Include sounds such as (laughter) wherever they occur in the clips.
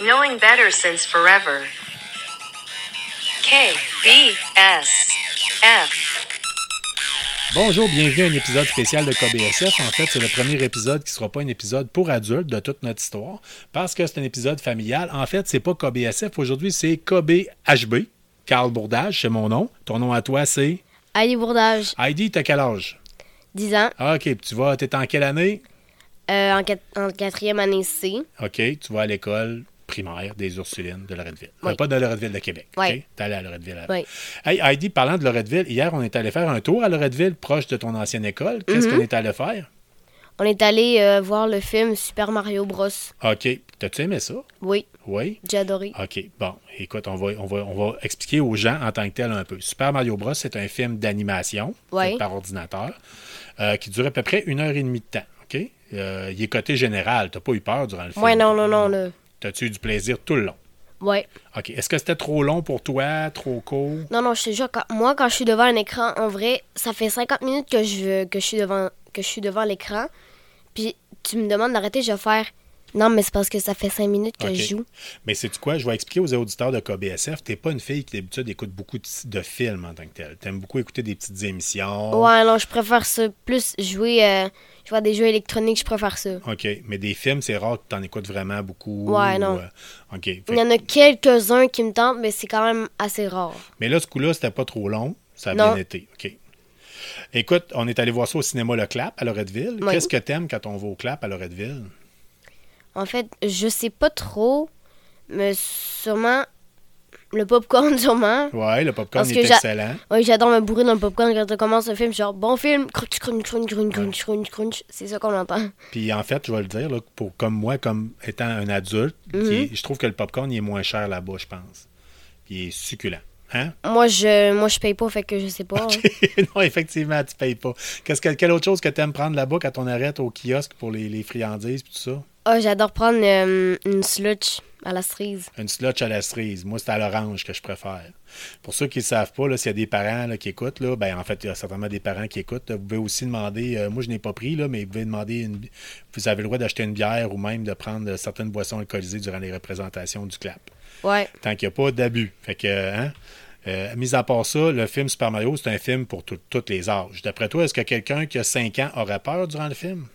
knowing better since forever. K B S F Bonjour, bienvenue à un épisode spécial de KBSF. En fait, c'est le premier épisode qui ne sera pas un épisode pour adultes de toute notre histoire, parce que c'est un épisode familial. En fait, c'est pas KBSF aujourd'hui, c'est KBHB. Carl Bourdage, c'est mon nom. Ton nom à toi, c'est Allez, Bourdage, Heidi, t'as quel âge? Ah, 10 ans, OK, puis tu vas, t'es en quelle année? euh, en, quat- en quatrième année C. OK, tu vas à l'école primaire des Ursulines de Loretteville. Oui. Euh, Pas de Loretteville de Québec. Oui. OK? T'es allé à Loretteville avant. Oui. Hey, Heidi, parlant de Loretteville, hier, on est allé faire un tour à Loretteville, proche de ton ancienne école. Qu'est-ce Mm-hmm. qu'on est allé faire? On est allé euh, voir le film Super Mario Bros. OK, t'as-tu aimé ça? Oui, Oui. j'ai adoré. OK. Bon, écoute, on va, on, va, on va expliquer aux gens en tant que tel un peu. Super Mario Bros, c'est un film d'animation Ouais. fait par ordinateur euh, qui dure à peu près une heure et demie de temps. OK? Euh, il est côté général. T'as pas eu peur durant le film? Ouais, non, non, non, là. T'as-tu eu du plaisir tout le long? Ouais. OK. Est-ce que c'était trop long pour toi? Trop court? Non, non, je te jure, quand- moi, quand je suis devant un écran, en vrai, ça fait 50 minutes que je, que je suis devant que je suis devant l'écran. Puis tu me demandes d'arrêter, je vais faire. Non, mais c'est parce que ça fait 5 minutes que OK. je joue. Mais c'est tu quoi? Je vais expliquer aux auditeurs de KBSF, t'es pas une fille qui d'habitude écoute beaucoup de, de films en tant que tel. T'aimes beaucoup écouter des petites émissions. Ouais, non, je préfère ça. Plus jouer, euh, je vois des jeux électroniques, je préfère ça. OK. Mais des films, c'est rare que t'en écoutes vraiment beaucoup. Ouais, non. ou, euh, OK. Fait Il y en a quelques-uns qui me tentent, mais c'est quand même assez rare. Mais là, ce coup-là, c'était pas trop long. Ça a Non. bien été. OK. Écoute, on est allé voir ça au cinéma Le Clap à Loretteville. Oui. Qu'est-ce que t'aimes quand on va au Clap à Loretteville? En fait, je sais pas trop, mais sûrement le popcorn (laughs) sûrement. Ouais, le popcorn Parce est que j'a- excellent. Oui, j'adore me bourrer dans le popcorn quand on commence le film, genre bon film, crunch crunch crunch crunch crunch crunch crunch, c'est ça qu'on entend. Puis en fait, je vais le dire, là, pour, comme moi, comme étant un adulte, qui est- Mm-hmm. je trouve que le popcorn il est moins cher là-bas, je pense. Puis il est succulent. Hein? Moi je moi je paye pas fait que je sais (laughs) pas. hein. non, effectivement, tu payes pas. Qu'est-ce que, quelle autre chose que tu aimes prendre là-bas quand on arrête au kiosque pour les, les friandises et tout ça? Ah, j'adore prendre euh, une slutch à la cerise. Une slotch à la cerise. Moi, c'est à l'orange que je préfère. Pour ceux qui ne savent pas, là, s'il y a des parents là, qui écoutent, là, ben, en fait, il y a certainement des parents qui écoutent. là, vous pouvez aussi demander, euh, moi, je n'ai pas pris, là, mais vous pouvez demander, une, bi- vous avez le droit d'acheter une bière ou même de prendre euh, certaines boissons alcoolisées durant les représentations du clap. Ouais. Tant qu'il n'y a pas d'abus. Fait que, euh, hein, euh, mis à part ça, le film Super Mario, c'est un film pour tout- tous les âges. D'après toi, est-ce que quelqu'un qui a 5 ans aurait peur durant le film?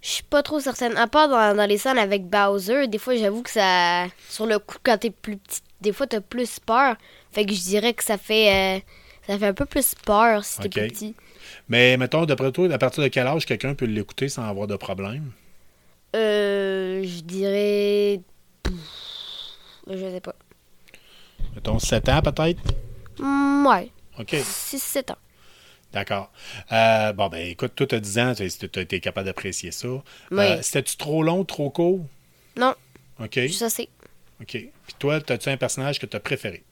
Je suis pas trop certaine. À part dans, dans les scènes avec Bowser, des fois j'avoue que ça. Sur le coup, quand t'es plus petit, des fois t'as plus peur. Fait que je dirais que ça fait. euh, ça fait un peu plus peur si t'es Ok. plus petit. Mais mettons, d'après toi, à partir de quel âge quelqu'un peut l'écouter sans avoir de problème? Euh. Je dirais. Pff, Je sais pas. Mettons 7 ans peut-être? Hmm, ouais. OK. 6-7 ans. D'accord. Euh, bon, ben écoute, toi, t'as 10 ans, tu as été capable d'apprécier ça. Euh, Oui. C'était-tu trop long, trop court? Non, OK. je sais. c'est- OK. Puis toi, t'as-tu un personnage que t'as préféré?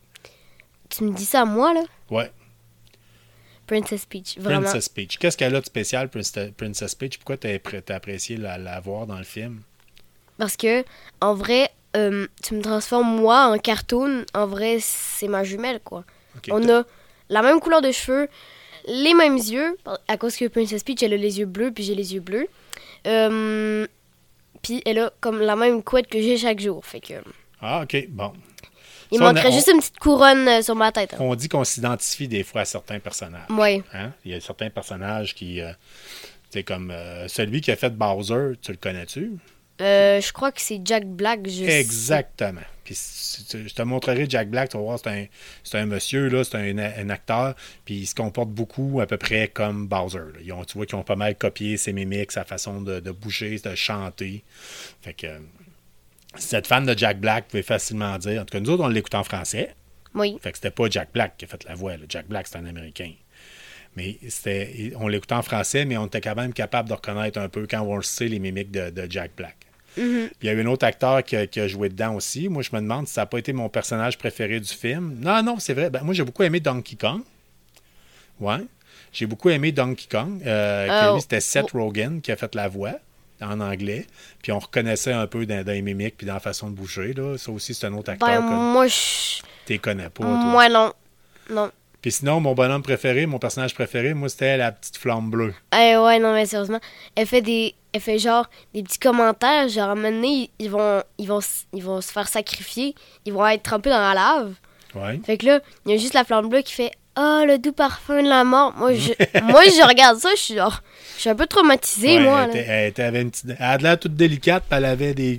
Tu me dis ça à moi, là? Ouais, Princess Peach, vraiment. Princess Peach. Qu'est-ce qu'elle a de spécial, Prince- Princess Peach? Pourquoi t'as appré- t'as apprécié la, la voir dans le film? Parce que, en vrai, euh, tu me transformes moi en cartoon. En vrai, c'est ma jumelle, quoi. OK. On T'as- a la même couleur de cheveux, les mêmes yeux, par- à cause que Princess Peach, elle a les yeux bleus, puis j'ai les yeux bleus. Euh, puis elle a comme la même couette que j'ai chaque jour. Fait que, Ah, OK. Bon. il Ça, on a- manquerait on- juste une petite couronne euh, sur ma tête. hein. On dit qu'on s'identifie des fois à certains personnages. Ouais. Hein? Il y a certains personnages qui. euh, tu sais, comme euh, celui qui a fait Bowser, tu le connais-tu? Euh, je crois que c'est Jack Black. Je Exactement. Puis si tu- je te montrerai Jack Black, tu vas voir, c'est un, c'est un monsieur, là, c'est un, un acteur, puis il se comporte beaucoup à peu près comme Bowser. là. Ils ont, tu vois qu'ils ont pas mal copié ses mimiques, sa façon de, de bouger, de chanter. Fait que euh, si vous êtes fan de Jack Black, vous pouvez facilement dire. En tout cas, nous autres, on l'écoute en français. Oui. Fait que c'était pas Jack Black qui a fait la voix. là. Jack Black, c'est un Américain. Mais c'était, on l'écoutait en français, mais on était quand même capable de reconnaître un peu quand on le sait les mimiques de, de Jack Black. Mm-hmm. Il y a eu un autre acteur qui a, qui a joué dedans aussi. Moi, je me demande si ça n'a pas été mon personnage préféré du film. Non, non, c'est vrai. Ben, moi, j'ai beaucoup aimé Donkey Kong. Ouais. J'ai beaucoup aimé Donkey Kong. euh, que Oh. lui, c'était Seth Rogen qui a fait la voix en anglais. Puis on reconnaissait un peu dans, dans les mimiques puis dans la façon de bouger. Là. Ça aussi, c'est un autre acteur Ben, que moi, je... tu connais pas. toi. moi, non. Non. Puis sinon, mon bonhomme préféré, mon personnage préféré, moi, c'était la petite flamme bleue. Eh ouais, non, mais sérieusement, elle fait des, elle fait genre des petits commentaires, genre à un moment donné, ils vont, ils vont, s- ils vont se faire sacrifier, ils vont être trempés dans la lave. Ouais. Fait que là, il y a juste la flamme bleue qui fait Ah, le doux parfum de la mort. (laughs) Moi, je, moi, je regarde ça, je suis genre, je suis un peu traumatisée, Ouais, moi. elle, là. était- elle était- avait une petite- elle a de l'air toute délicate, puis elle avait des.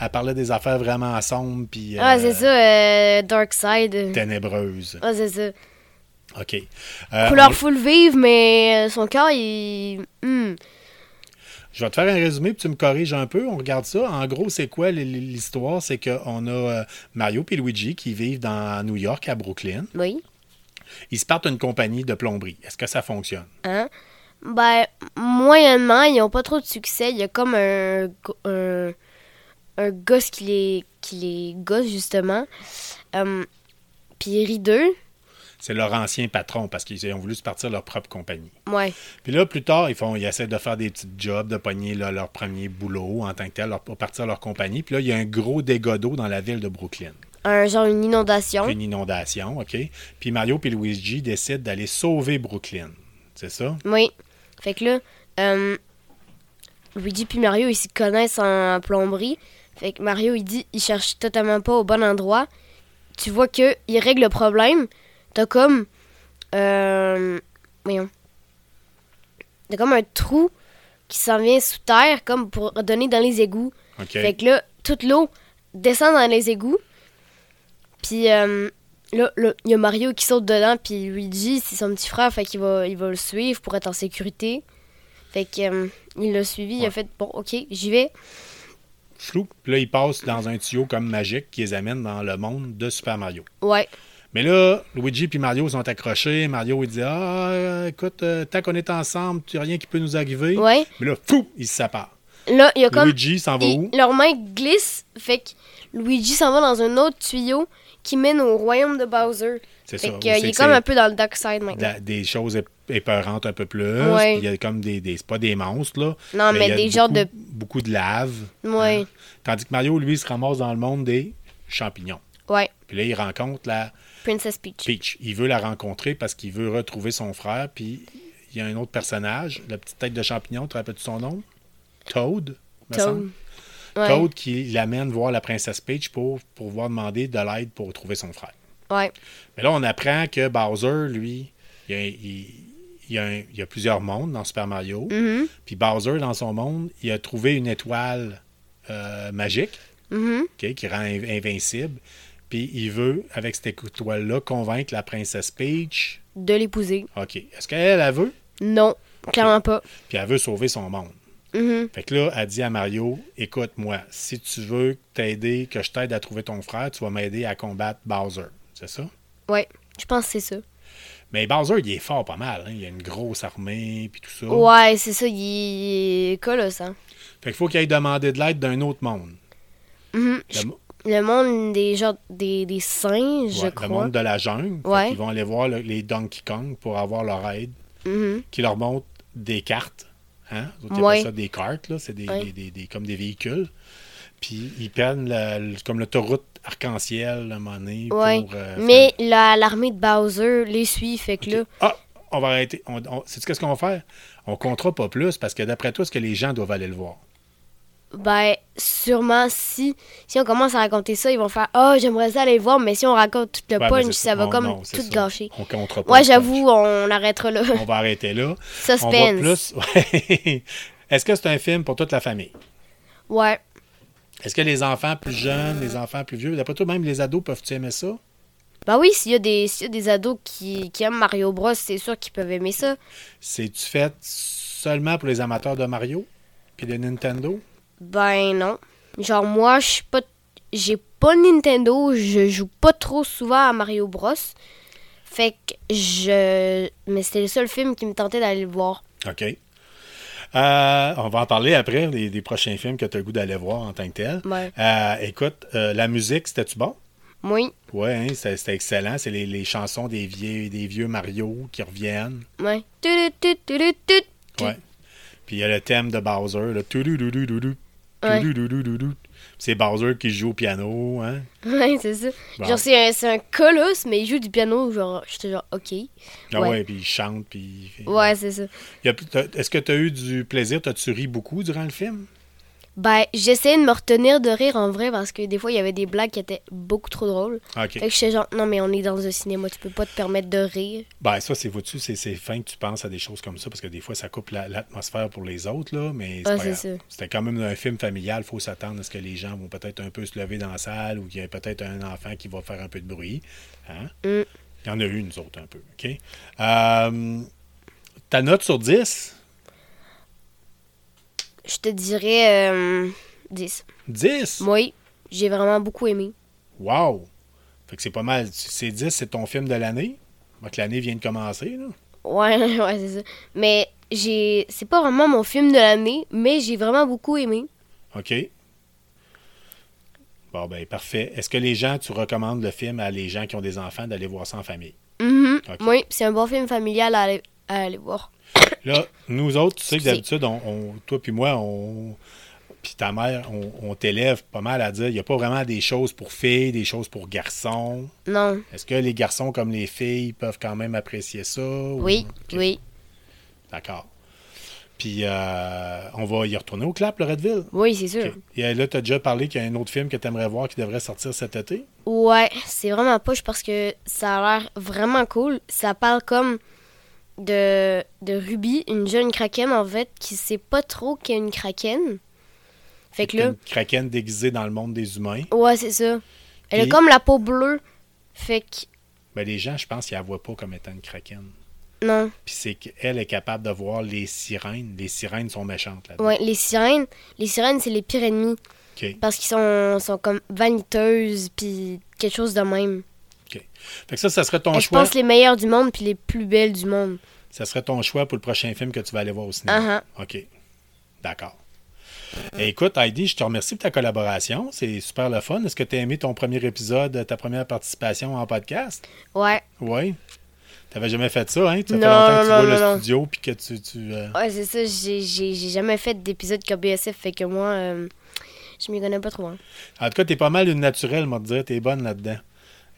Elle parlait des affaires vraiment sombres puis Ah, euh, c'est ça, euh, Dark Side. ténébreuses. Ah, c'est ça. OK. Euh, Couleur on- full vive, mais euh, son corps, il. hmm. Je vais te faire un résumé, puis tu me corriges un peu. On regarde ça. En gros, c'est quoi l- l- l'histoire? C'est qu'on a euh, Mario et Luigi qui vivent dans New York, à Brooklyn. Oui. Ils se partent une compagnie de plomberie. Est-ce que ça fonctionne? Hein? Ben, moyennement, ils n'ont pas trop de succès. Il y a comme un, go- un, un gosse qui les, qui les gosse, justement. Hum, Puis rideux. C'est leur ancien patron parce qu'ils ont voulu se partir leur propre compagnie. Ouais. Puis là, plus tard, ils, font, ils essaient de faire des petits jobs, de pogner là, leur premier boulot en tant que tel, leur, pour partir leur compagnie. Puis là, il y a un gros dégât d'eau dans la ville de Brooklyn. Un, genre une inondation. Une inondation, OK? Puis Mario et Luigi décident d'aller sauver Brooklyn. C'est ça? Oui. Fait que là, euh, Luigi puis Mario, ils se connaissent en plomberie. Fait que Mario, il dit, il cherche totalement pas au bon endroit. Tu vois que il règle le problème. T'as comme, euh, voyons, t'as comme un trou qui s'en vient sous terre, comme pour donner dans les égouts. OK? Fait que là, toute l'eau descend dans les égouts. Puis euh, là, là, il y a Mario qui saute dedans. Puis Luigi, c'est son petit frère. Fait qu'il va, il va le suivre pour être en sécurité. Fait que, euh, il l'a suivi. Il a Ouais. fait Bon, ok, j'y vais. flou. Puis là, ils passent dans un tuyau comme magique qui les amène dans le monde de Super Mario. Ouais. Mais là, Luigi puis Mario sont accrochés. Mario, il dit Ah, euh, écoute, euh, tant qu'on est ensemble, tu rien qui peut nous arriver. Ouais. Mais là, fou, ils se séparent. Là, il y a comme. Luigi s'en va il- où Leurs mains glissent. Fait que Luigi s'en va dans un autre tuyau qui mène au royaume de Bowser. C'est Fait ça. qu'il est comme un peu dans le dark side de maintenant. la- des choses ép- épeurantes un peu plus. Ah Ouais. Puis Il y a comme des, des. C'est pas des monstres, là. Non, mais il y a des beaucoup- genres de- Beaucoup de lave. Ouais. Hein. Tandis que Mario, lui, il se ramasse dans le monde des champignons. Ouais. Puis là, il rencontre la Princess Peach. Peach. Il veut la rencontrer parce qu'il veut retrouver son frère. Puis il y a un autre personnage, la petite tête de champignon, tu te rappelles-tu son nom? Toad. me Toad. semble. Ouais. Toad qui l'amène voir la princesse Peach pour pouvoir demander de l'aide pour trouver son frère. Ouais. Mais là, on apprend que Bowser, lui, il y a, il- il y a un- il y a plusieurs mondes dans Super Mario. Puis Bowser, dans son monde, il a trouvé une étoile euh, magique Mm-hmm. ok, qui rend in- invincible. Puis il veut, avec cette étoile-là, convaincre la princesse Peach. De l'épouser. OK. Est-ce qu'elle, elle veut? Non, clairement pas. Mhm, Puis elle veut sauver son monde. Fait que là, elle dit à Mario, écoute-moi, si tu veux t'aider, que je t'aide à trouver ton frère, tu vas m'aider à combattre Bowser. C'est ça? Ouais, je pense que c'est ça. Mais Bowser, il est fort pas mal. hein. Il a une grosse armée, puis tout ça. Ouais, c'est ça, il est hein. colossal. Fait qu'il faut qu'il aille demander de l'aide d'un autre monde. Mhm. Le, mo- Le monde des genre des, des singes, ouais, je le crois. monde de la jungle. Fait Ouais. qu'ils vont aller voir le- les Donkey Kong pour avoir leur aide. Mhm. Qui leur montre des cartes. Hein? Eux autres, ils Ouais. appellent ça des cartes, là. C'est des, Ouais. des- des- des- comme des véhicules. Puis ils prennent le- le- comme l'autoroute arc-en-ciel, à un moment donné, Ouais. pour... euh, Mais la- l'armée de Bowser les suit, fait que OK. là. Ah, on va arrêter. On, on- sais-tu qu'est-ce qu'on va faire? On comptera pas plus, parce que d'après toi, est-ce que les gens doivent aller le voir? Ben, sûrement, si, si on commence à raconter ça, ils vont faire Ah, j'aimerais ça aller voir, mais si on raconte tout le Ouais, mais punch, c'est ça va on- comme non, c'est tout ça. gâcher. On comptera pas. Ouais, le j'avoue, on arrêtera là. punch. (laughs) On va arrêter là. On va Suspense. plus. (laughs) Ouais. Est-ce que c'est un film pour toute la famille? Ouais. Est-ce que les enfants plus jeunes, les enfants plus vieux, d'après toi, même les ados peuvent-tu aimer ça? Ben oui, s'il y, a des- s'il y a des ados qui, qui aiment Mario Bros, c'est sûr qu'ils peuvent aimer ça. C'est-tu fait seulement pour les amateurs de Mario puis de Nintendo? Ben non. Genre moi, je suis pas j'ai pas Nintendo, je joue pas trop souvent à Mario Bros. Fait que je mais c'était le seul film qui me tentait d'aller le voir. OK. Euh, on va en parler après, des, des prochains films que tu as le goût d'aller voir en tant que tel. Ouais. Euh, écoute, euh, la musique, c'était-tu bon? Oui, Oui, hein, c'était c'était excellent. C'est les, les chansons des vieux, des vieux Mario qui reviennent. ouais. (laughs) Tut, tut, tut, tut, tut. Ouais. Puis il y a le thème de Bowser, le tout Ouais. C'est Bowser qui joue au piano, hein? Ouais, c'est ça. Bon. Genre, c'est un, c'est un colosse, mais il joue du piano. Genre, j'étais genre, ok. Ah Ouais. ouais, puis il chante, puis... Ouais, c'est ça. Y a- t'as- Est-ce que tu as eu du plaisir? T'as-tu ri beaucoup durant le film? Ben, j'essayais de me retenir de rire en vrai parce que des fois, il y avait des blagues qui étaient beaucoup trop drôles. Ah, OK. Fait que j'étais genre, non, mais on est dans un cinéma, tu peux pas te permettre de rire. Ben, ça, c'est vois-tu, c'est- c'est fin que tu penses à des choses comme ça, parce que des fois, ça coupe la- l'atmosphère pour les autres, là, mais c'est Ah, pas c'est grave. ça. C'était quand même un film familial, faut s'attendre à ce que les gens vont peut-être un peu se lever dans la salle, ou qu'il y a peut-être un enfant qui va faire un peu de bruit. Hein? Il y en a eu, nous autres, un peu, OK? Euh, ta note sur 10? Je te dirais euh, 10. 10? Oui, j'ai vraiment beaucoup aimé. Wow! Fait que c'est pas mal. C'est 10, c'est ton film de l'année? Fait que l'année vient de commencer, là. Ouais, (laughs) ouais, c'est ça. Mais j'ai. C'est pas vraiment mon film de l'année, mais j'ai vraiment beaucoup aimé. OK. Bon, ben parfait. Est-ce que les gens, tu recommandes le film à les gens qui ont des enfants d'aller voir ça en famille? Mhm. Ok. Oui, c'est un bon film familial à aller, à aller voir. Là, nous autres, tu sais que Excusez. d'habitude, on, on- toi puis moi, on, puis ta mère, on, on t'élève pas mal à dire, il n'y a pas vraiment des choses pour filles, des choses pour garçons. Non. Est-ce que les garçons comme les filles peuvent quand même apprécier ça? ou- Oui, Oh, OK, oui, D'accord. Puis, euh, on va y retourner au clap, le Redville. oui, c'est sûr. Et là, tu as déjà parlé qu'il y a un autre film que tu aimerais voir qui devrait sortir cet été. Ouais, c'est vraiment poche parce que ça a l'air vraiment cool. Ça parle comme de, de Ruby, une jeune kraken en fait, qui sait pas trop qu'est une kraken. Fait que là, Une kraken déguisée dans le monde des humains. ouais, c'est ça. Elle Puis- a comme la peau bleue. Fait que, Ben, les gens, je pense qu'ils la voient pas comme étant une kraken. non. Puis c'est qu'elle est capable de voir les sirènes. Les sirènes sont méchantes là-dedans. Ouais, les sirènes, les sirènes, c'est les pires ennemis. OK. Parce qu'ils sont, sont comme vaniteuses, puis quelque chose de même. OK. Fait que ça, ça serait ton Et Euh, je choix. pense les meilleures du monde, puis les plus belles du monde. Ça serait ton choix pour le prochain film que tu vas aller voir au cinéma. Uh-huh. OK. D'accord. Eh, Écoute, Heidi, je te remercie pour ta collaboration. C'est super le fun. Est-ce que tu as aimé ton premier épisode, ta première participation en podcast? Ouais, Oui. T'avais jamais fait ça, hein? Ça fait Non, longtemps que tu non, vois non, le non. studio puis que tu. tu, euh, ouais c'est ça. J'ai, j'ai, j'ai jamais fait d'épisode comme BSF, fait que moi, euh, je m'y connais pas trop. hein. En tout cas, t'es pas mal une naturelle, moi te dire, t'es bonne là-dedans.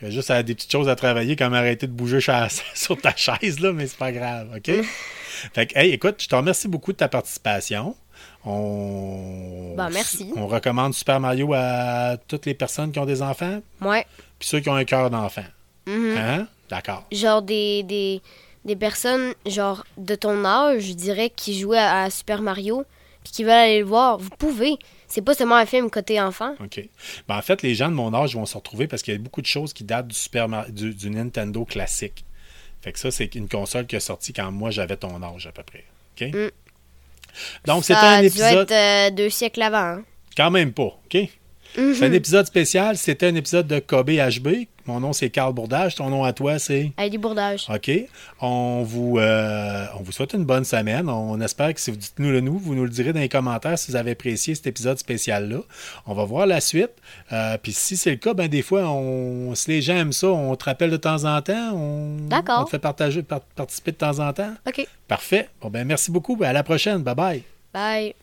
Il y a juste à- des petites choses à travailler, comme arrêter de bouger cha- (laughs) sur ta chaise, là, mais c'est pas grave, OK? Mm. fait que, hey, écoute, je te remercie beaucoup de ta participation. On... Ben, merci. On recommande Super Mario à toutes les personnes qui ont des enfants, Ouais. puis ceux qui ont un cœur d'enfant. Mm-hmm. Hein? D'accord. Genre des, des, des personnes, genre de ton âge, je dirais, qui jouaient à, à Super Mario, puis qui veulent aller le voir. Vous pouvez. C'est pas seulement un film côté enfant. OK. Ben, en fait, les gens de mon âge vont se retrouver parce qu'il y a beaucoup de choses qui datent du, Super Mar- du, du Nintendo classique. Fait que ça, c'est une console qui est sortie quand moi j'avais ton âge à peu près. OK? Donc, c'était Mm. Ça un a dû épisode. être euh, deux siècles avant. hein. Quand même pas. OK? C'est Mhm. un épisode spécial. C'était un épisode de KB HB. Mon nom, c'est Carl Bourdage. Ton nom à toi, c'est. Allez, du bourdage. OK. On vous, euh, on vous souhaite une bonne semaine. On espère que si vous dites-nous le nous, vous nous le direz dans les commentaires si vous avez apprécié cet épisode spécial-là. On va voir la suite. Euh, Puis si c'est le cas, ben des fois, on, si les gens aiment ça, on te rappelle de temps en temps. On, D'accord. on te fait partager, par- participer de temps en temps. OK. Parfait. Bon, ben merci beaucoup. Ben, à la prochaine. Bye-bye. Bye.